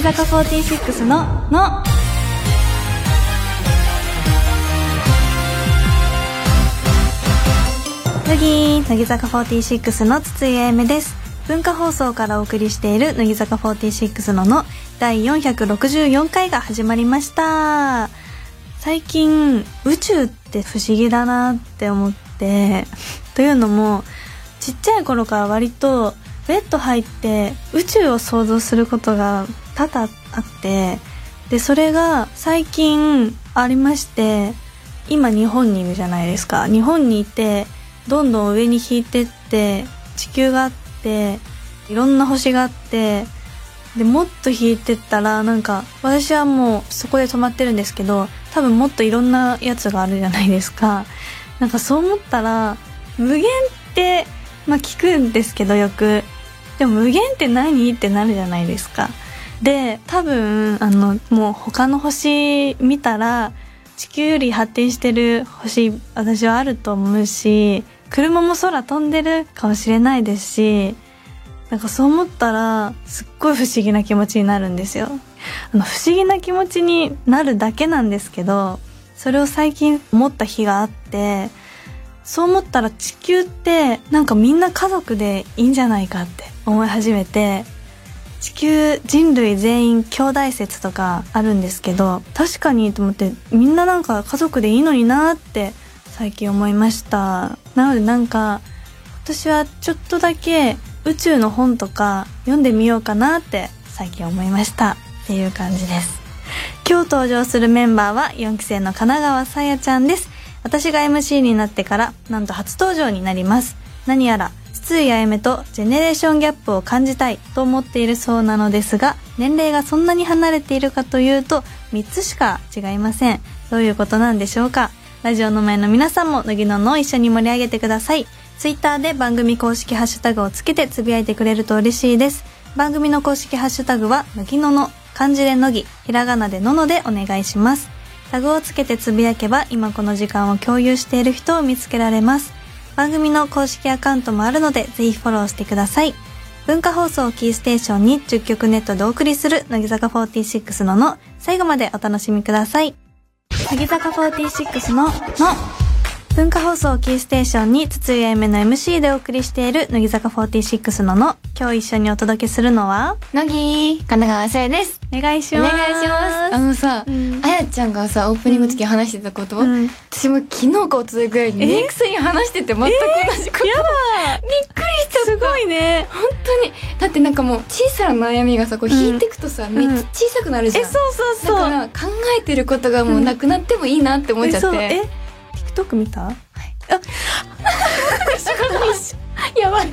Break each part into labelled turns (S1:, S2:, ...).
S1: 坂46の、の。乃木乃木坂46の筒井あやめです文化放送からお送りしている乃木坂46のの第464回が始まりました最近宇宙って不思議だなって思ってというのもちっちゃい頃から割とベッド入って宇宙を想像することが多々あってでそれが最近ありまして今日本にいるじゃないですか日本にいてどんどん上に引いてって地球があっていろんな星があってでもっと引いてったらなんか私はもうそこで止まってるんですけど多分もっといろんなやつがあるじゃないですかなんかそう思ったら無限ってまあ聞くんですけどよくでも無限って何ってなるじゃないですかで多分あのもう他の星見たら地球より発展してる星私はあると思うし車も空飛んでるかもしれないですしなんかそう思ったらすっごい不思議な気持ちになるんですよあの不思議な気持ちになるだけなんですけどそれを最近思った日があってそう思ったら地球ってなんかみんな家族でいいんじゃないかって思い始めて地球人類全員兄弟説とかあるんですけど確かにと思ってみんななんか家族でいいのになって最近思いましたなのでなんか今年はちょっとだけ宇宙の本とか読んでみようかなって最近思いましたっていう感じです今日登場するメンバーは4期生の神奈川さやちゃんです私が MC になってからなんと初登場になります何やら筒井あやめとジェネレーションギャップを感じたいと思っているそうなのですが年齢がそんなに離れているかというと3つしか違いませんどういうことなんでしょうかラジオの前の皆さんも乃木ののを一緒に盛り上げてくださいツイッターで番組公式ハッシュタグをつけてつぶやいてくれると嬉しいです番組の公式ハッシュタグは乃木のの漢字で乃木ひらがなでののでお願いしますタグをつけてつぶやけば今この時間を共有している人を見つけられます番組の公式アカウントもあるのでぜひフォローしてください文化放送をキーステーションに10曲ネットでお送りする乃木坂46のの最後までお楽しみください乃木坂46のの文化放送をキーステーションに筒井あゆめの MC でお送りしている乃木坂46のの今日一緒にお届けするのは
S2: 乃木神奈川さやです
S1: お願いし
S2: お
S1: ま
S2: 願
S1: す
S2: いしますあのさ、
S1: うん
S2: あやちゃんがさオープニングの時話してたこと、
S1: うん
S2: 私も昨日かおとといぐらいに
S1: え
S2: メイクさんに話してて全く同じこと、
S1: やだ
S2: びっくりしちゃった
S1: すごいね
S2: 本当にだってなんかもう小さな悩みがさこう
S1: うん
S2: 引いてくとさ、めっちゃ小さくなるじゃん、
S1: えそうそうそう
S2: だから考えてることがもうなくなってもいいなって思っちゃって、
S1: 嘘え TikTok 見た
S2: やばい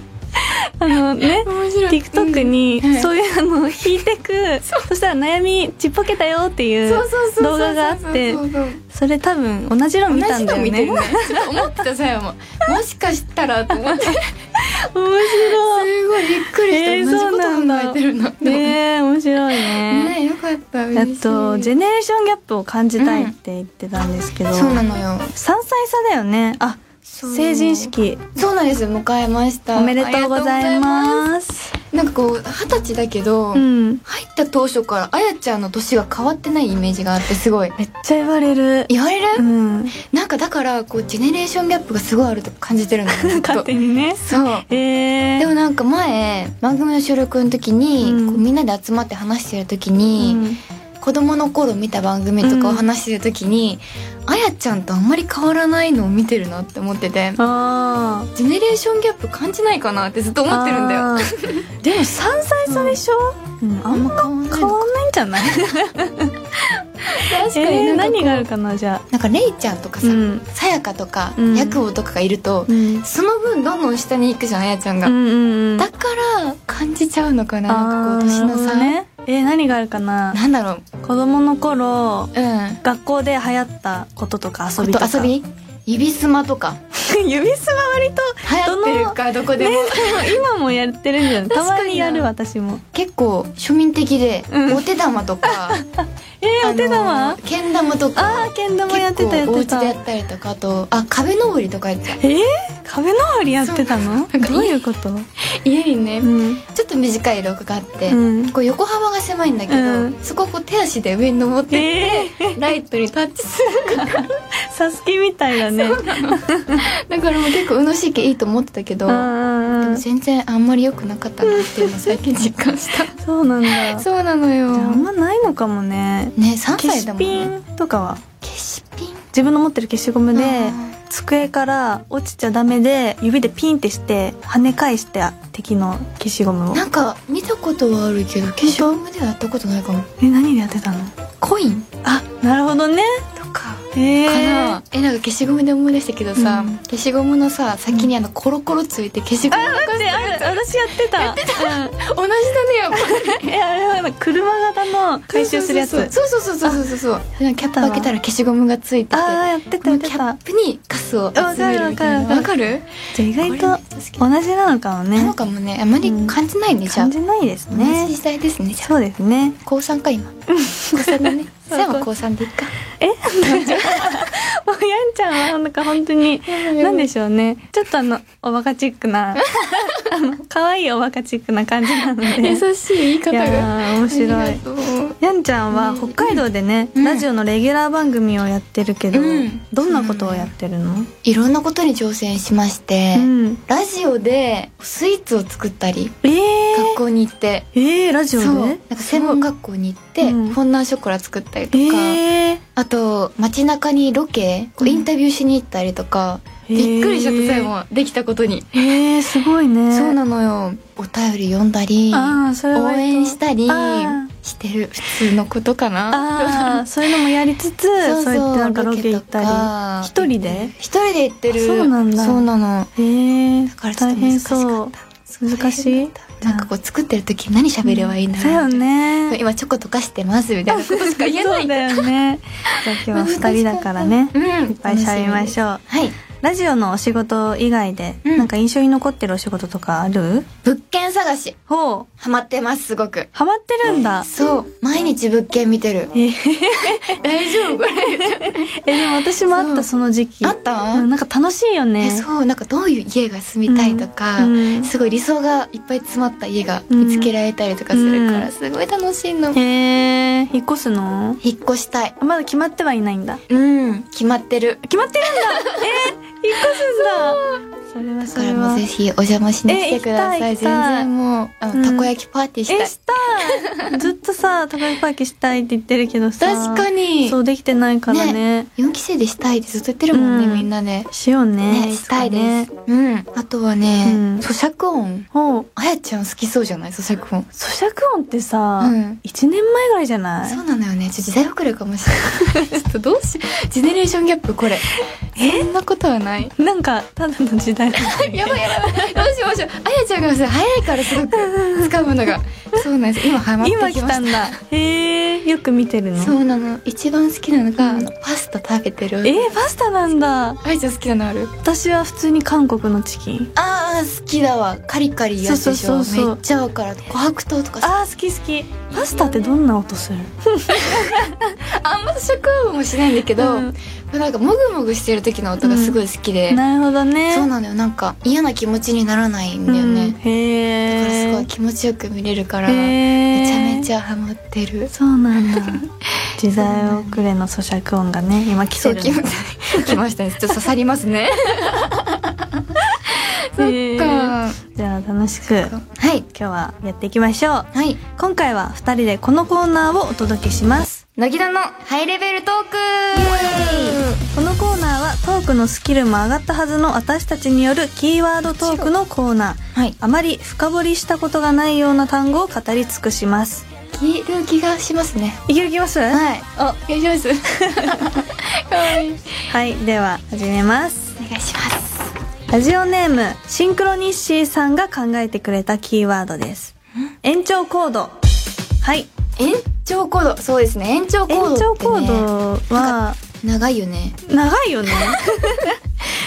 S1: あのね
S2: 面白い
S1: TikTok に
S2: うん
S1: そういうあの引いてくそしたら悩みちっぽけたよって
S2: う
S1: い
S2: ん
S1: う
S2: そうそうそうそう
S1: 動画があって
S2: そうそうそう
S1: それ多分同じの見たんだよね面
S2: 同じの見てるねそれ思ってたさやももしかしたらと 思ってす
S1: 白い
S2: ごいびっくりした、
S1: えー
S2: 同じ
S1: そうなん
S2: こと
S1: だ
S2: 考えてるの
S1: ねえ面白い
S2: ね
S1: ね
S2: えよかった
S1: あ
S2: 嬉しい
S1: とジェネレーションギャップを感じたいって言ってたんですけど
S2: そうな
S1: 3
S2: のよ
S1: 歳差だよねあ
S2: そう
S1: 成人式
S2: そうなんですよ迎えました
S1: おめでとうござい
S2: ありがとうございま
S1: ます
S2: すなんかこう二十歳だけど、
S1: うん
S2: 入った当初からあやちゃんの年が変わってないイメージがあってすごい
S1: めっちゃ言われる
S2: 言われる、
S1: うん
S2: なんかだからこうジェネレーションギャップがすごいあると感じてるのよずっと
S1: 勝手にね
S2: そう
S1: えー、
S2: でもなんか前番組の収録の時に、
S1: うん
S2: こうみんなで集まって話してる時
S1: う
S2: に、
S1: ん
S2: 子供の頃見た番組とかを話してる時に、あやちゃんとあんまり変わらないのを見てるなって思ってて
S1: あー
S2: ジェネレーションギャップ感じないかなってずっと思ってるんだよ
S1: あーでも3歳差でしょ、うんあんま
S2: ま変わん
S1: 変わんないんじゃない
S2: 確かに
S1: えー、
S2: なんか,、
S1: 何があるかなじゃあ
S2: なんかレイちゃんとかさ、
S1: うん
S2: さやかとか、
S1: うん
S2: ヤクオとかがいると、
S1: うん
S2: その分どんどん下に行くじゃんあやちゃんが、
S1: うんうんうん
S2: だから感じちゃうのかななんか
S1: あ
S2: こう年
S1: ー
S2: の差、
S1: なるほどねえー、何があるかな
S2: なんだろう
S1: 子供の頃
S2: うん
S1: 学校で流行ったこととか遊びと
S2: あ
S1: か
S2: と遊び指すまとか
S1: 指すは割 と
S2: 流行ってるかどこでも、
S1: ねでも今もやってるんじゃないた
S2: 確かにな
S1: まにやる私も
S2: 結構庶民的で、
S1: うん
S2: お手玉とか
S1: え ー、お手玉、
S2: あのけん玉とか
S1: あーけん玉やってた
S2: 結
S1: やっ
S2: 構お
S1: て
S2: 家
S1: た
S2: でやったりとかあとあ壁登りとかやってた
S1: えー、壁登りやってたの
S2: そうなんか
S1: どういうこと
S2: 家にね、
S1: うん
S2: ちょっと短い廊下があって、
S1: うん
S2: こう横幅が狭いんだけど、
S1: うん
S2: そこをこう手足で上に登ってって、
S1: え
S2: ライトにタッチするから
S1: ー、サスケみたいだね
S2: だからもう結構宇野神経いいと思ってたけど、
S1: うんうんうん
S2: 全然あんまり良くなかったなっていうのを最近実感し
S1: そうなんだ
S2: た
S1: じ
S2: そうなの
S1: ゃ
S2: よ
S1: ああんまないのかもね
S2: ね3
S1: 消
S2: 歳
S1: し
S2: だもん
S1: ピ
S2: ね
S1: ンとかは
S2: 消しピン
S1: 自分の持ってる消しゴムで
S2: あ
S1: 机から落ちちゃダメで指でピンってして跳ね返して敵の消しゴムを
S2: なんか見たことはあるけど消しゴムではやったことないかも
S1: え何でやってたの
S2: コイン
S1: あなるほどね
S2: とか
S1: へえ
S2: かなえなんか消しゴムで思い出したけどさ、
S1: うん
S2: 消しゴムのさ先にあのコロコロついて消しゴム
S1: あ待ってある私やってたやってた、うん
S2: 同じだねやっぱ
S1: えあれはあの車型の回収するやつ
S2: そうそうそうそうそうそうそうそうキャップ開けたら消しゴムがついてて
S1: ああやって
S2: こ
S1: たや
S2: の
S1: って
S2: キャ
S1: た
S2: ップにカスを集めるみたいなわ
S1: わ
S2: か
S1: か
S2: る
S1: じゃあ意外と同
S2: な
S1: じなのか
S2: の
S1: もね
S2: かもねあまり感じないね、じゃあ
S1: 感じないです
S2: 同
S1: ね
S2: じ時代ですねじゃあ
S1: そうですね
S2: 高三か今高三だね
S1: そう
S2: さあは高三でいっか
S1: えやんちゃんはなんか本当になんで
S2: し
S1: しょうねちょっとあのおバカチック なあの可愛いおバカチックな感じなので
S2: 優しい言い方
S1: い
S2: が
S1: やー面白い
S2: い
S1: やんちゃんは
S2: うん
S1: 北海道でね、
S2: うん
S1: ラジオのレギュラー番組をやってるけど、
S2: うん
S1: どんなことをやってるの、
S2: いろんなことに挑戦しまして、
S1: うん、
S2: ラジオでスイーツを作ったり
S1: えー、
S2: 学校に行って、
S1: えー、ラジオで
S2: そうなんか専門学校に行って、
S1: うん
S2: フォンダンショコラ作ったりとか、
S1: えー
S2: あと街中にロケこう
S1: うん
S2: インタビューしに行ったりとか、びっくりしちゃった際もできたことに、
S1: えー、すごいね
S2: そうなのよお便り読んだり
S1: ああそれは
S2: 応
S1: 割と
S2: 援したり
S1: あ
S2: してる普通のことかな
S1: あーそういうのもやりつつそうやってなんかロケ行ったり一人で
S2: 一人で行ってる
S1: そうなんだ
S2: そうなの
S1: えー、
S2: だからちょっと難
S1: 大変
S2: しか
S1: そ
S2: っ
S1: う
S2: た
S1: 難しい
S2: なんかこう作ってる時何喋ればいいんだろう
S1: そうよ
S2: そう
S1: ね
S2: 今チョコ溶かしてますみたいなことしか言えない
S1: そうだよねじゃあ今日は二人だからね
S2: うん
S1: いっぱい喋りまし
S2: ょう
S1: ょう
S2: はい
S1: ラジオのお仕事以外で、
S2: うん
S1: なんか印象に残ってるお仕事とかある
S2: 物件探し
S1: ほう
S2: ハマってますすごく
S1: ハマってるんだ、
S2: そう毎日物件見てる
S1: えー
S2: 大丈夫これ
S1: えでも私もあっ
S2: そう
S1: たその時期
S2: あった
S1: うん、なんか楽しいよね
S2: えそうなんかどういう家が住みたいとか、
S1: うんうん
S2: すごい理想がいっぱい詰まった家が見つけられたりとかするから、
S1: うん
S2: すごい楽しいの、
S1: へえ引っ越すの
S2: 引っ越したい
S1: あまだ決まってはいないんだ
S2: うん決まってる
S1: 決まってるんだ えー、引っ越すんだそれは
S2: だ
S1: そ
S2: か
S1: れ
S2: らもう
S1: は
S2: ぜひお邪魔しに来てくださ
S1: え
S2: い
S1: 行きたい
S2: 全然もうあの、
S1: うん
S2: たこ焼きパーティーした
S1: え
S2: い
S1: したいずっとさ高木パーキしたいって言ってるけどさ
S2: 確かに
S1: そうできてないからね
S2: 4期生でしたいってずっと言ってるもんね、
S1: うん
S2: みんなね
S1: しようね
S2: ね
S1: い
S2: し
S1: つか
S2: たいで
S1: ね
S2: す、うんあとはね、
S1: うん
S2: 咀嚼音
S1: ほう
S2: あやちゃん好きそうじゃない咀嚼音
S1: 咀嚼音ってさ、
S2: うん
S1: 一1年前ぐらいじゃない
S2: そうなのよねちょっと時代遅れかもしれない ちょっとどうしようジェネレーションギャップこれそんなことはない
S1: なんかただの時代 だったね
S2: やばいやばいどうしようどうしようあやちゃんがさ早いからすごく掴むの がそうなんです今ハマってきま
S1: 今
S2: した
S1: 来たんだへえよく見てるの
S2: そうなの一番好きなのが、
S1: うん
S2: あのパスタ食べてる
S1: えー、パスタなんだ
S2: あやちゃん好きなのある
S1: 私は普通に韓国のチキン
S2: あー好きだわカリカリやつでしょ
S1: そうそうそうそう
S2: めっちゃわかる琥珀糖とかさ
S1: あー好き好きパスタってどんな音する
S2: あんま食音もしないんだけど、
S1: うん
S2: なんかもぐもぐしてる時の音がすごい好きで、
S1: なるほどね
S2: そうなのよなんか嫌な気持ちにならないんだよ
S1: うん
S2: ね、だからす
S1: へえ
S2: ごい気持ちよく見れるから、め
S1: め
S2: ちゃめ
S1: ゃ
S2: ちゃハマってる
S1: そうなんだ時代遅れの咀嚼音がね今来てる
S2: そう 来来ましたねちょっと刺さりますね そっ
S1: へ
S2: か
S1: ーじゃあ楽しく今
S2: はい
S1: 日はやっていきましょう
S2: はい
S1: 今回は2人でこのコーナーをお届けします
S2: 乃木田のハイレベルトーク
S1: このコーナーはトークのスキルも上がったはずの私たちによるキーワードトークのコーナー
S2: はい
S1: あまり深掘りしたことがないような単語を語り尽くします
S2: 聞いてる気がしますね
S1: いける気ますは
S2: はいお願いします かわいい
S1: いでは始めます
S2: お願いします
S1: ラジオネームシンクロニッシーさんが考えてくれたキーワードです延長コードはい
S2: 延長コードそうですね延長コードっ
S1: 延
S2: て、ね、
S1: 長コードは
S2: 長いよね
S1: 長いよね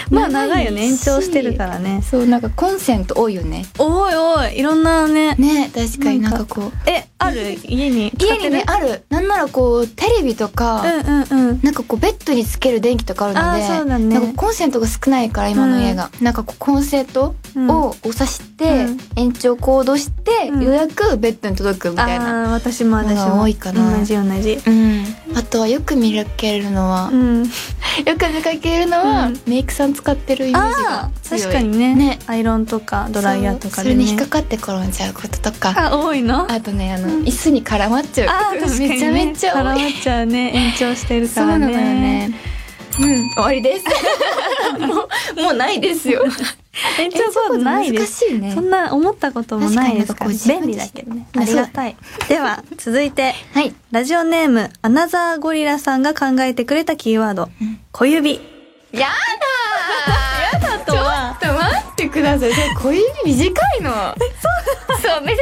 S1: まあ長いよね延長してるからね
S2: そうなんかコンセント多いよね
S1: おいおいいろんなね
S2: ね確かになんかこう
S1: えある家に使
S2: 家
S1: って
S2: に
S1: る
S2: ねあるなんならこうテレビとか、
S1: うんうんうん
S2: なんかこうベッドにつける電気とかあるので
S1: あーそうだね
S2: なんかコンセントが少ないから今の家が、なんかこうコンセント
S1: うん
S2: をを差して、
S1: うん
S2: 延長コードして、
S1: うん
S2: ようやくベッドに届くみたいな
S1: あー私も私
S2: のが
S1: も
S2: 多いかな
S1: 同じ同じ
S2: うん、あとはよく見かけるのは、
S1: うん
S2: よく見かけるのは、
S1: うん
S2: メイクさん使ってるイメージ
S1: あ
S2: が
S1: ー
S2: 強い
S1: 確かにね
S2: ね
S1: アイロンとかドライヤーとか
S2: そうそ
S1: で
S2: れ
S1: ね
S2: に引っかかって転んじゃうこととか
S1: あ多いの
S2: あとねあの、
S1: うん
S2: 椅子に絡まっちゃ
S1: あ
S2: う
S1: ー
S2: こと
S1: 確かに、ね、
S2: めちゃめちゃ
S1: 絡
S2: 多い、
S1: まっちゃうね延長してる
S2: そ
S1: か
S2: うな
S1: ら
S2: の
S1: ね
S2: よねうん終わり ですもうもうないですよ
S1: 延長コードないです
S2: 難しいね
S1: そんな思ったこともないですから
S2: 確かに
S1: 便利だけどね
S2: ま
S1: あ
S2: あ
S1: り
S2: そう
S1: がたいでは続いて
S2: はい
S1: ラジオネームアナザーゴリラさんが考えてくれたキーワード
S2: うん
S1: 小指
S2: やだや だ
S1: とは
S2: ちょっと待ってくださいじゃあ小指短い のそうそう見せたくないのよ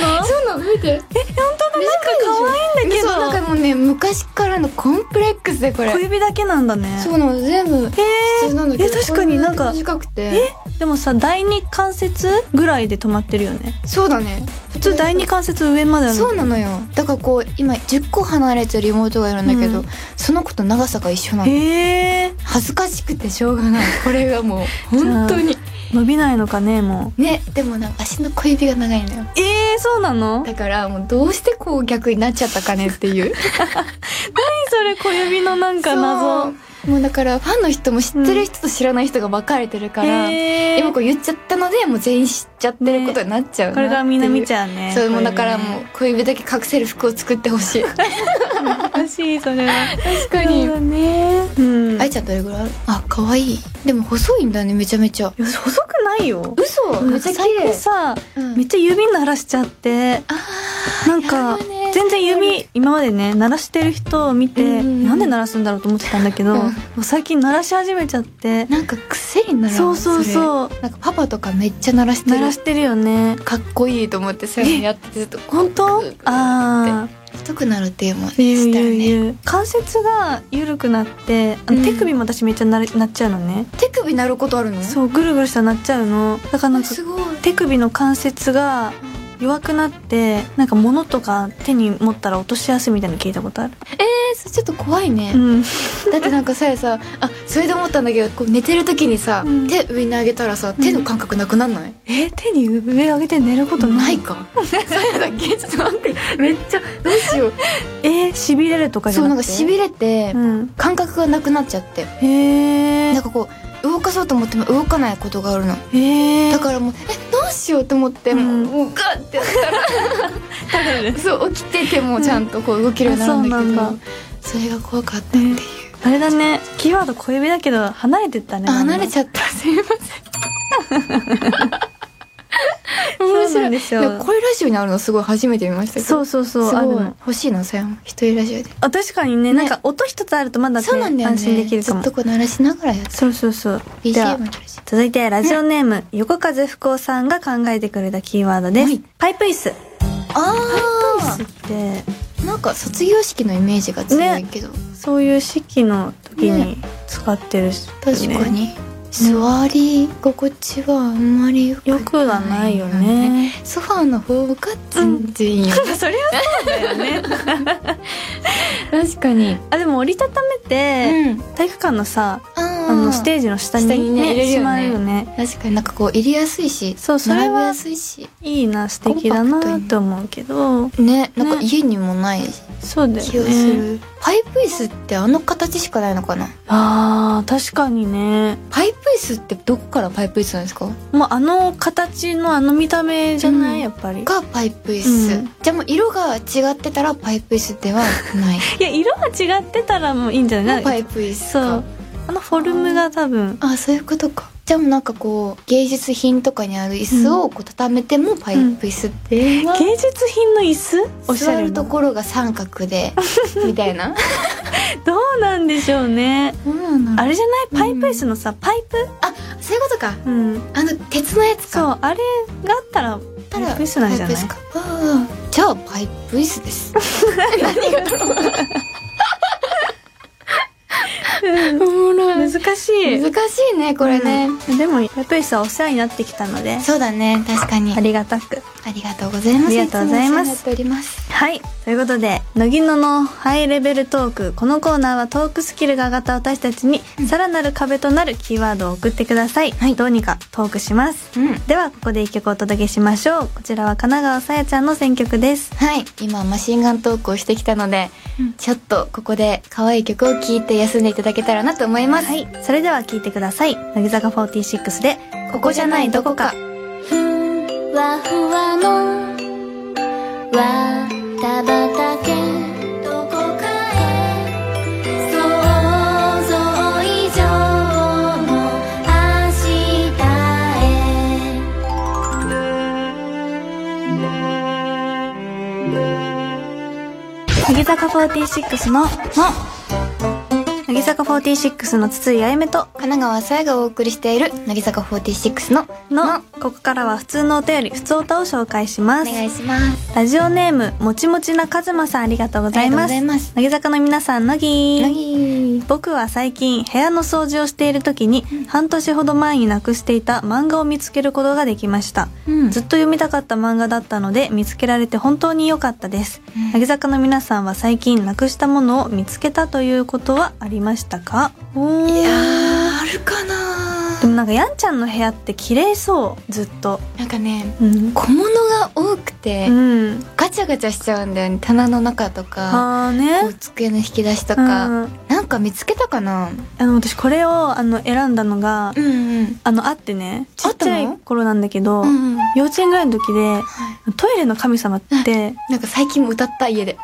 S2: そうなのそうなの見てえ本当
S1: なんか可愛いんだけど
S2: なんかもうね昔からのコンプレックスでこれ
S1: 小指だけなんだね
S2: そうなの全部普通なんだけど
S1: え確かになんか
S2: これが短くて
S1: でもさ第二関節ぐらいで止まってるよね
S2: そうだね
S1: 普通第二関節上まである
S2: そうなのよだからこう今10個離れてる妹がいるんだけど、
S1: うん
S2: その子と長さが一緒なの
S1: へえ
S2: 恥ずかしくてしょうがないこれがも う本当に
S1: 伸びないのかねも
S2: ねでもなんか足の小指が長いのよ
S1: うえー、そうなの
S2: だからもうどうしてこう逆になっちゃったかねっていう
S1: 何 それ小指のなんか謎
S2: そうもうだからファンの人も知ってる人と知らない人が分かれてるから、
S1: へー
S2: 今こう言っちゃったのでもう全員知っちゃってることになっちゃうなっていう、
S1: これからみんな見ちゃうね
S2: そうもうだからも
S1: う
S2: う小指だけ隠せる服を作ってほしい
S1: 難しいそれは
S2: 確か
S1: そうだねうん
S2: あいちゃんどれぐらいあるあ可愛いでも細いんだねめちゃめちゃ
S1: いや細くないよ
S2: 嘘めっちゃ綺
S1: 最近
S2: 麗
S1: さ
S2: うん
S1: めっちゃ指鳴らしちゃって
S2: あ
S1: なんか
S2: やるね
S1: 全然指今までね鳴らしてる人を見
S2: うんう
S1: て
S2: んうん
S1: なんで鳴らすんだろうと思ってたんだけど
S2: うん
S1: もう最近鳴らし始めちゃって
S2: ーなんか癖になる
S1: そうそう
S2: う
S1: そう
S2: なんかパパとかめっちゃ鳴らして
S1: 鳴
S2: る
S1: らしてるよね
S2: かっこいいと思ってそういうのやっててずっと
S1: 本当ああ
S2: 太くなるっていうもんね
S1: ゆう
S2: したら
S1: ゆう
S2: ね
S1: ゆう関節が緩くなってあの
S2: うん
S1: 手首も私めっちゃなれなっちゃうのね
S2: 手首なることあるのう
S1: そうぐるぐるしたらなっちゃうのだからなんか
S2: すごい
S1: 手首の関節が弱くなってなんか物とか手に持ったら落としやすいみたいなの聞いたことある
S2: えそれちょっと怖いね
S1: う、ん
S2: だってなんかさやさあそれで思ったんだけどこう寝てる時にさ、
S1: うん
S2: 手上に上げたらさ手の感覚なくなんない、
S1: え手に上上げて寝ること
S2: な
S1: ない
S2: いか そうやだっけちょっと待って めっちゃどうしよう
S1: えー、しびれるとかじ
S2: そ
S1: ゃ
S2: うな
S1: な
S2: か
S1: んくて
S2: しびれて
S1: うん
S2: 感覚がなくなっちゃって
S1: へ
S2: なん
S1: ー
S2: かこう動かそうと思っても動かないことがあるの
S1: へー
S2: だからもうえどうしようと思っても
S1: うん
S2: うもうガッてやったらそう起きててもちゃんとこう動けるようになるんだけ
S1: あそう
S2: ど
S1: なん
S2: それが怖かったっていう
S1: あれだねキーワード小指だけど離れてったね
S2: あ離れちゃ ったすいません面白い
S1: そうなんですよ
S2: でもこういうラジオにあるのすごい初めて見ましたけど
S1: そうそうそう
S2: すごい
S1: あるの
S2: 欲しいなそれも一人ラジオで
S1: あ確かにね
S2: ね
S1: なんか音一つあるとまだね
S2: そうなんだよね
S1: 安心できるかも
S2: ずっとこう鳴らしながらやって
S1: そうそうそうでは
S2: BGM 鳴らし
S1: 続いてラジオネーム、横風福夫さんが考えてくれたキーワードです、
S2: はい
S1: パイプ椅子
S2: ああ
S1: 椅子って
S2: なんか卒業式のイメージが強いけど、
S1: そういう式の時
S2: ね
S1: に使ってるよね
S2: 確かに、座り心地はあんまりよく
S1: よくはないよね
S2: ソファーの方が全然いいよ、
S1: それはそうだよね
S2: 確かに
S1: あでも折りたため
S2: う
S1: て、
S2: ん
S1: 体育館のさ
S2: あ
S1: あの
S2: の
S1: ステージの下に,、
S2: 下にね入れるよね
S1: しまうよね
S2: 確かになんかこう入れやすいし
S1: そうそれは
S2: 並べやすいし
S1: いいな素敵だ
S2: コンパ
S1: な
S2: クトに
S1: と思うけど
S2: ねなんか家にもない
S1: そうだよね
S2: 気がする、パイプ椅子ってあの形しかないのかな
S1: あー確かにね
S2: パイプ椅子ってどこからパイプ椅子なんですか
S1: もうあの形のあの見た目じゃない、
S2: うん
S1: やっぱり
S2: がパイプ椅子、
S1: うん
S2: じゃあもう色が違ってたらパイプ椅子ではない
S1: いや色が違ってたらもういいんじゃ ない
S2: パイプ椅子
S1: そ
S2: か
S1: うあのフォルムが多分
S2: あそういうことかじゃあもうなんかこう芸術品とかにある椅子をこう畳めてもパイプ椅子って、まあ
S1: 芸術品の椅子おしゃ
S2: 座
S1: れ
S2: る
S1: な
S2: ところが三角 でみたいな
S1: どうなんでしょうねあ
S2: れ
S1: れじゃないパイプ椅子のさ、パイ
S2: そういうことか
S1: プ、うん、
S2: あの鉄のやつ
S1: そ
S2: か
S1: うあれがあったらパ
S2: た
S1: イ
S2: ら
S1: プ椅子なんじゃない
S2: パイプ椅子かああじゃあパイプ椅子です 何がおもろい
S1: 難難しい
S2: 難しいねこれね、
S1: うんでもやっぱりさお世話になってきたので
S2: そうだね確かに
S1: ありがたく
S2: ありがとうございます
S1: ありがとうござい
S2: つもお世話
S1: ます
S2: になっております
S1: はいということで乃木野のハイレベルトークこのコーナーはトークスキルが上がった私たちにさらなる壁となるキーワードを送ってください、どうにかトークします
S2: うん
S1: ではここで一曲お届けしましょうこちらは神奈川さやちゃんの選曲です
S2: はい今マシンガントークをしてきたので、
S1: うん
S2: ちょっとここで可愛い曲を聴いて休んでいただけたらなと思います、
S1: はいそれでは聴いてください乃木坂46で
S2: ここじゃないどこかふわふわのわたばたけどこかへ想像以上の明日への
S1: 乃木坂46の乃木坂46の筒井あゆめと
S2: 神奈川さやがお送りしている乃木坂46の
S1: のここからは普通のお便り普通歌を紹介しま
S2: お
S1: す
S2: 願いします
S1: ラジオネームもちもちなかずまさんありがとうござい
S2: ありがと
S1: ます
S2: うございます
S1: 乃木坂の皆さん乃木
S2: 乃木
S1: 僕は最近部屋の掃除をしている時に半年ほど前になくしていた漫画を見つけることができました、
S2: うん
S1: ずっと読みたかった漫画だったので見つけられて本当に良かったです、
S2: うん
S1: 乃木坂の皆さんは最近なくしたものを見つけたということはありましたかおー
S2: いやーあるかな
S1: でもなんかやんちゃんの部屋って綺麗そうずっと
S2: なんかね
S1: うん、
S2: 小物が多くて、
S1: うん、
S2: ガチャガチャしちゃうんだよね棚の中とか
S1: ああね
S2: こう机の引き出しとか、
S1: うん
S2: なんか見つけたかな
S1: あの私これをあの選んだのが、
S2: うんうん
S1: あのあってねち
S2: あ
S1: っ
S2: っ
S1: ち
S2: たの
S1: ゃい頃なんだけど、
S2: うんうん
S1: 幼稚園ぐらいの時で
S2: は
S1: トイレの神様って
S2: いなんか最近歌った家で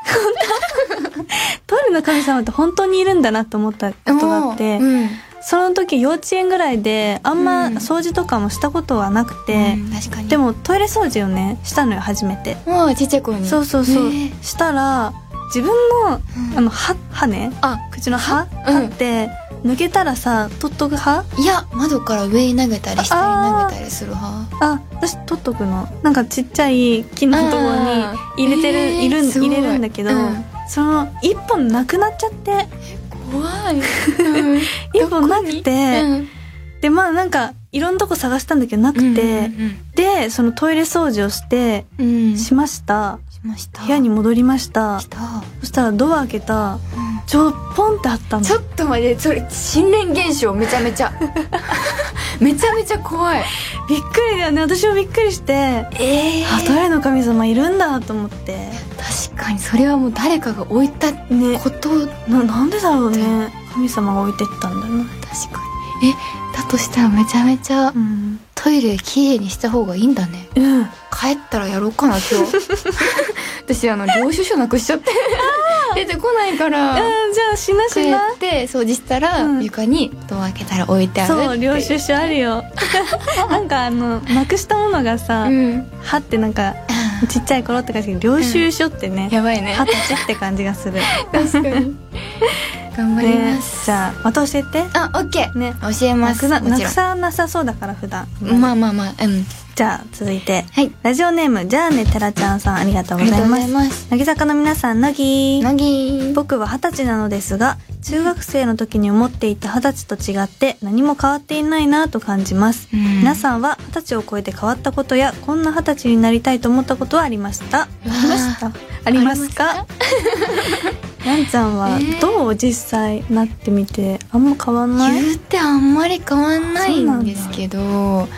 S1: トイレの神様って本当にいるんだなと思ったことがあって、
S2: うん
S1: その時幼稚園ぐらいであんま
S2: うん
S1: 掃除とかもしたことはなくて
S2: う、ん確かに
S1: でもトイレ掃除をねしたのよ初めて、
S2: もうちっちゃい頃に
S1: そうそうそう、
S2: ね
S1: したら自分の
S2: うん
S1: あの歯歯ね
S2: あ
S1: 口の
S2: う
S1: 歯、
S2: ん
S1: 歯って抜けたらさ取っとく歯
S2: いや窓から上に投げたり下に投げたりする派
S1: あ私取っとくのなんかちっちゃい木のとこ
S2: あ
S1: に入れてる、
S2: えー
S1: いるん
S2: すごい
S1: 入れるんだけど、
S2: うん
S1: その一本なくなっちゃって
S2: 怖 い、うん
S1: 一本なくて、
S2: うん
S1: でまあなんかいろんなとこ探したんだけどなくて、でそのトイレ掃除をして
S2: うんうんうんし
S1: しました、
S2: ました
S1: 部屋に戻りました
S2: した、
S1: そしたらドア開けた
S2: うん
S1: ちょポンってあったの
S2: ちょっと待ってそれ心霊現象めちゃめち ゃめちゃめちゃ怖い
S1: びっくりだよね私もびっくりして、
S2: ええ
S1: あトイレの神様いるんだと思って
S2: 確かにそれはもう誰かが置いた
S1: ね
S2: こと
S1: ななんでだろうね神様が置いてったんだな
S2: 確かにえだとしたらめちゃめちゃ
S1: うん
S2: トイレきれいにした方がいいんだね
S1: うん
S2: 帰ったらやろうかな今 日私あの領収書なくしちゃって出てこないから
S1: うんじゃあしな
S2: 帰
S1: しな
S2: って掃除したら、
S1: うん
S2: 床にドア開けたら置いてある
S1: そう領収書あ るよなんかあのなくしたものがさ
S2: うん
S1: 「歯ってなんかちっちゃい頃って感じだけど領収書ってね
S2: やばい ね
S1: 歯立ちって感じが する
S2: 確かに頑張り
S1: ね
S2: ます、
S1: じゃあまた教えて
S2: あ、オッケー。
S1: ね
S2: 教えま
S1: な
S2: す。
S1: くな
S2: も
S1: な
S2: ち
S1: く
S2: ろ
S1: さなさそうだから普段
S2: ん。まあまあまあ、うん。
S1: じゃあ続いて
S2: はい。
S1: ラジオネームじゃあねてらちゃんさんありがと
S2: あ
S1: うございます
S2: ます。
S1: 乃木坂の皆さん乃木
S2: 乃木。
S1: 僕は二十歳なのですが中学生の時に思っていた二十歳と違って何も変わっていないなと感じます、
S2: うん
S1: 皆さんは二十歳を超えて変わったことやこんな二十歳になりたいと思ったことはありました
S2: わあ
S1: ありましたありますかなんちゃんは
S2: えー
S1: どう実際なってみてあんま変わんない、
S2: 言うてあんまり変わんないんですけど、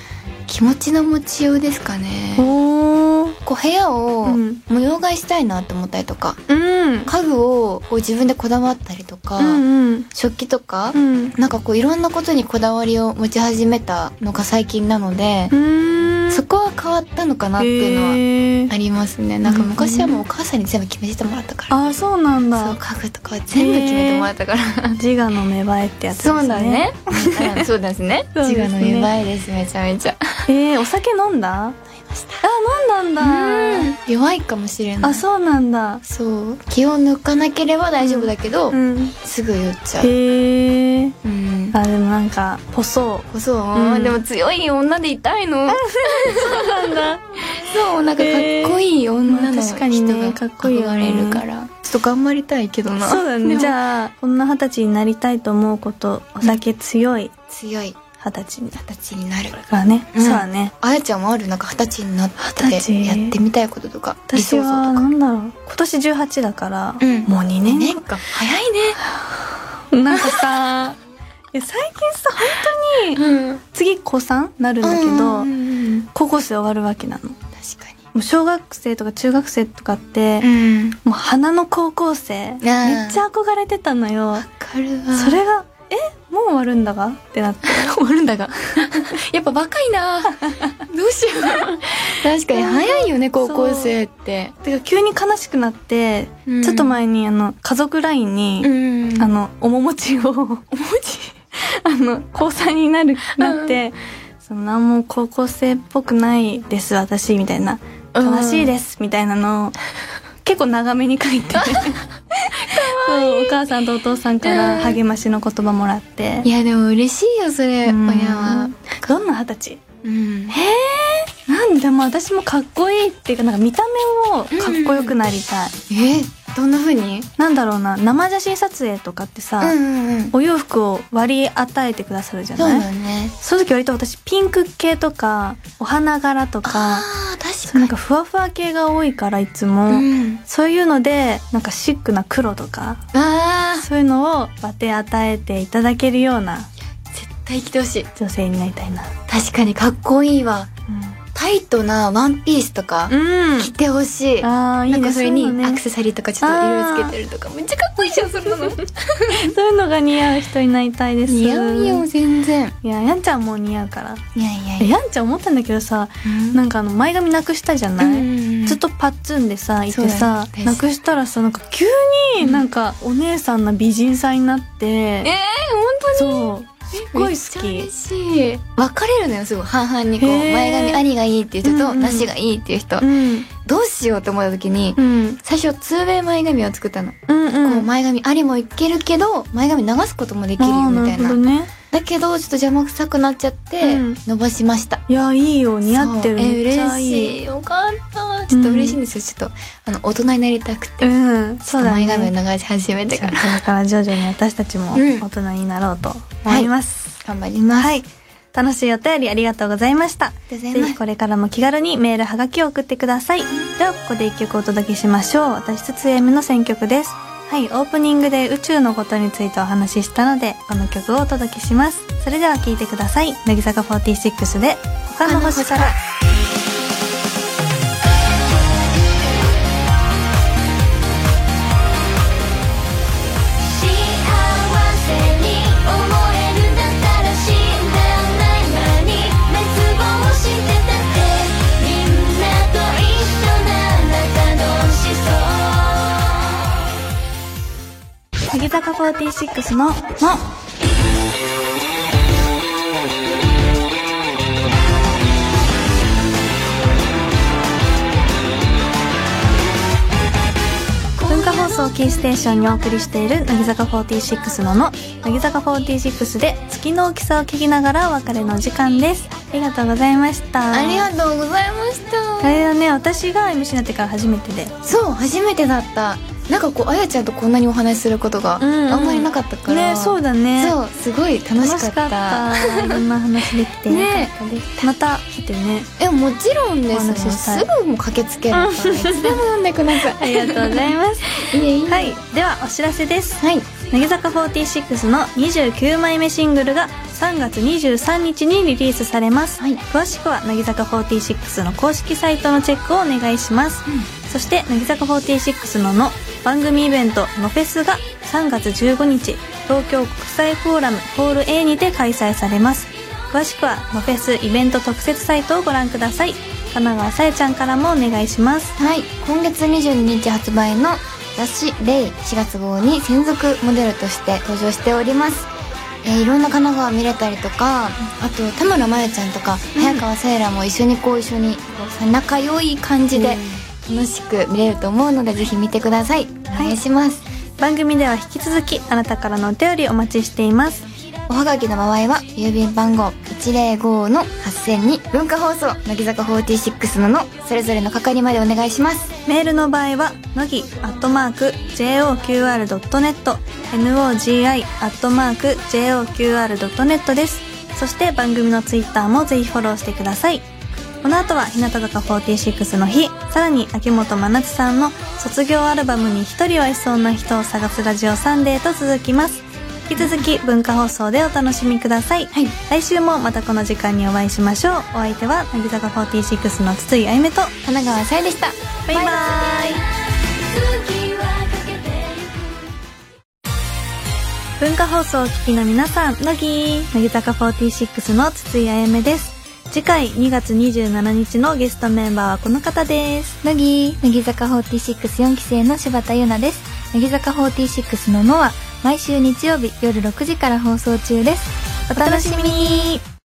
S2: 気持ちの持ちようですかね。
S1: おお
S2: こう部屋を
S1: うん
S2: 模様替えしたいなって思ったりとか、
S1: うん
S2: 家具をこう自分でこだわったりとか、
S1: うん
S2: 食器とか
S1: う、ん
S2: なんかこういろんなことにこだわりを持ち始めたのが最近なので、
S1: うん
S2: そこは変わったのかなっていうのは
S1: へー
S2: ありますねなんか昔はもうお母さんに全部決めてもらったから、
S1: あそうなん
S2: そう
S1: だ
S2: 家具とかは全部決めてもらったから、
S1: 自我の芽生えってやつですね
S2: うん そうですね
S1: そうですね
S2: 自我の芽生えですめちゃめちゃ
S1: えー、お酒飲んだ
S2: 思いました
S1: あ飲んだんだ
S2: 弱いかもしれない
S1: あそうなんだ
S2: そう気を抜かなければ大丈夫だけど、
S1: うん
S2: すぐ酔っちゃう
S1: へえ
S2: うん
S1: あでもなんかぽそ
S2: そう、
S1: うん
S2: でも強い女でいたいの
S1: うなんだ
S2: そうなんかかっこいい
S1: ま
S2: 女
S1: あ
S2: の
S1: 確かに
S2: 人
S1: ね
S2: が
S1: かっこいいよ
S2: 憧
S1: ね
S2: れるから、ちょっと頑張りたいけどな
S1: そうだ ねじ
S2: ゃあ
S1: ゃあこんな二十歳になりたいと思うことお酒強い
S2: 強い
S1: 二十歳になる
S2: 二十歳になる
S1: からね、
S2: うん
S1: そうだね
S2: あやちゃんもあるなんか二十歳になっ
S1: 二十
S2: て
S1: 歳
S2: やってみたいこととか理
S1: 私
S2: 想
S1: は
S2: 像と
S1: な
S2: か
S1: んだろう今年18だから、
S2: うん
S1: もう2年
S2: ねか早いね
S1: なんかさいや最近さ本当に
S2: うん
S1: 次子さんなるんだけど、高校生終わるわけなのも
S2: 確か
S1: う小学生とか中学生とかって、
S2: にうん
S1: もう花の高校生めっちゃ憧れてたのよ
S2: わかるわ
S1: それがえもう終わるんだがってなって
S2: 終わるんだが やっぱ若いなどうしよう確かに早いよね高校生って
S1: てか急に悲しくなって、
S2: うん
S1: ちょっと前にあの家族 LINE に、
S2: ん
S1: あの、おももちを、おもち あの、高3になる、なって、その、なんも高校生っぽくないです、私、みたいな。悲しいです、みたいなのを、結構長めに書い て。そうお母さんとお父さんから励ましの言葉もらって
S2: い。やでも嬉しいよそれ親
S1: うん
S2: は
S1: どんな二十
S2: うん
S1: 歳えなんでも私もかっこいいっていうか、なんか見た目をかっこよくなりたい。
S2: えどんな風に
S1: なんだろうな、生写真撮影とかってさ、
S2: んうん
S1: お洋服を割り与えてくださるじゃ
S2: そう
S1: ない
S2: だね
S1: その時割と私ピンク系とかお花柄とか
S2: あー
S1: そうな
S2: 確か
S1: んかふわふわ系が多いからいつも、
S2: にうん
S1: そういうのでなんかシックな黒とか
S2: あ
S1: そういうのをバテ与えていただけるような
S2: ー絶対着てほしい
S1: 女性になりたいな
S2: 確かにかっこいいわタイトなワンピースとか
S1: うん、
S2: 着てほしい
S1: ああいい
S2: なん
S1: ね
S2: かそれ
S1: ういうの
S2: に
S1: ね
S2: アクセサリーとかちょっと色つけてるとかめっちゃかっこいいじゃんそれなの
S1: そういうのが似合う人になりたいです
S2: 似合うよ全然
S1: いややんちゃんもう似合うから
S2: いやいや
S1: え
S2: いや
S1: やんちゃん思ったんだけどさ
S2: な
S1: なんんかあの前髪なくしたじゃな
S2: か
S1: い、
S2: ない
S1: ず
S2: ず
S1: っ
S2: っ
S1: とパッツンでさいてさ
S2: そうだ、よ
S1: なくしたらさなんか急になんかお姉さんな美人さんになって、
S2: えー、本当に
S1: そうすっごい好
S2: めっ
S1: き
S2: ちゃ嬉しい分かれるのよすごい半々にこう
S1: へー
S2: 前髪ありがいいっていう人
S1: う
S2: と
S1: んうん
S2: なしがいいっていう人、
S1: うん
S2: どうしようって思った時に、
S1: うん
S2: 最初 2way 前髪を作ったの、
S1: うんうん
S2: こう前髪ありもいけるけど前髪流すこともできる
S1: あ
S2: よ
S1: ー
S2: みたい
S1: る
S2: な
S1: ほどね
S2: だけどちょっと邪魔くさくなっちゃって、
S1: うん
S2: 伸ばしました
S1: いやいいよ似合ってる
S2: そうえ
S1: めっちゃ
S2: 嬉
S1: いい
S2: しいよかったちょっと嬉しいんですよ、ちょっとあの大人になりたくて、
S1: うんそうだ
S2: 前髪
S1: ね
S2: を流し始めて
S1: そ
S2: か
S1: う
S2: ら
S1: だから徐々に私たちも
S2: うん
S1: 大人になろうと思います、
S2: 頑張ります、
S1: はい楽しいお便りありがとうございました
S2: ありがとうご
S1: ぜ
S2: ざい
S1: ひ
S2: ます
S1: これからも気軽にメールはがきを送ってください。ではここで一曲お届けしましょう。私つつえむの選曲です。はい、オープニングで宇宙のことについてお話ししたので、この曲をお届けします。それでは聴いてください。乃木坂46で、他の星から。
S3: 幸せに思えるんだったら死んだない間に滅亡してたってみんなと一緒なら楽し
S1: 乃
S3: そう
S1: 木坂46の、の。文化放送キーステーションにお送りしている乃木坂46のの乃木坂46で月の大きさを聞きながらお別れのお時間ですありがとうございました
S2: ありがとうございました
S1: あれだね私が MC になってから初めてで
S2: そう初めてだったなんかこうあやちゃんとこんなにお話しすることが
S1: うんうん
S2: あんまりなかったから、
S1: ねそう
S2: だ
S1: だね
S2: そうすごい楽しかった
S1: いろんな話できてよか
S2: ね
S1: ったです、また来てね
S2: えもちろんです
S1: お
S2: もう
S1: 話ししたい
S2: すぐもう駆けつけるからいつでも呼んでください
S1: ありがとうございます
S2: いえいえ
S1: はいではお知らせです
S2: はい
S1: 乃木坂46の29枚目シングルが3月23日にリリースされます、
S2: はい
S1: 詳しくは乃木坂46の公式サイトのチェックをお願いします、そして乃木坂46のの番組イベント「のフェス」が3月15日東京国際フォーラムホール A にて開催されます詳しくは「のフェス」イベント特設サイトをご覧ください神奈川さやちゃんからもお願いします
S2: はい今月22日発売の雑誌「レイ4月号に専属モデルとして登場しておりますえーいろんな神奈川見れたりとかあと田村真由ちゃんとか、早川さやらも一緒にこう一緒にこうさ仲良い感じで楽しく見れると思うのでぜひ見てくださいお願いします、
S1: 番組では引き続きあなたからのお便りお待ちしています
S2: おはがきの場合は郵便番号105の8
S4: 線に文化放送乃木坂46ののそれぞれの係までお願いします
S1: メールの場合は乃木アットマーク JOQR.net NOGI アットマーク JOQR.net ですそして番組のツイッターもぜひフォローしてくださいこの後は日向坂46の日さらに秋元真夏さんの卒業アルバムに一人はいそうな人を探すラジオサンデーと続きます引き続き文化放送でお楽しみください、
S4: はい
S1: 来週もまたこの時間にお会いしましょうお相手は乃木坂46の筒井あゆめと
S4: 神奈川さえでした
S1: バイバイ文化放送をお聞きの皆さん、乃木乃木坂46の筒井あやめです。次回2月27日のゲストメンバーはこの方です。
S4: 乃木乃木坂464期生の柴田優奈です乃木坂46の「の」は毎週日曜日夜6時から放送中です
S1: お楽しみに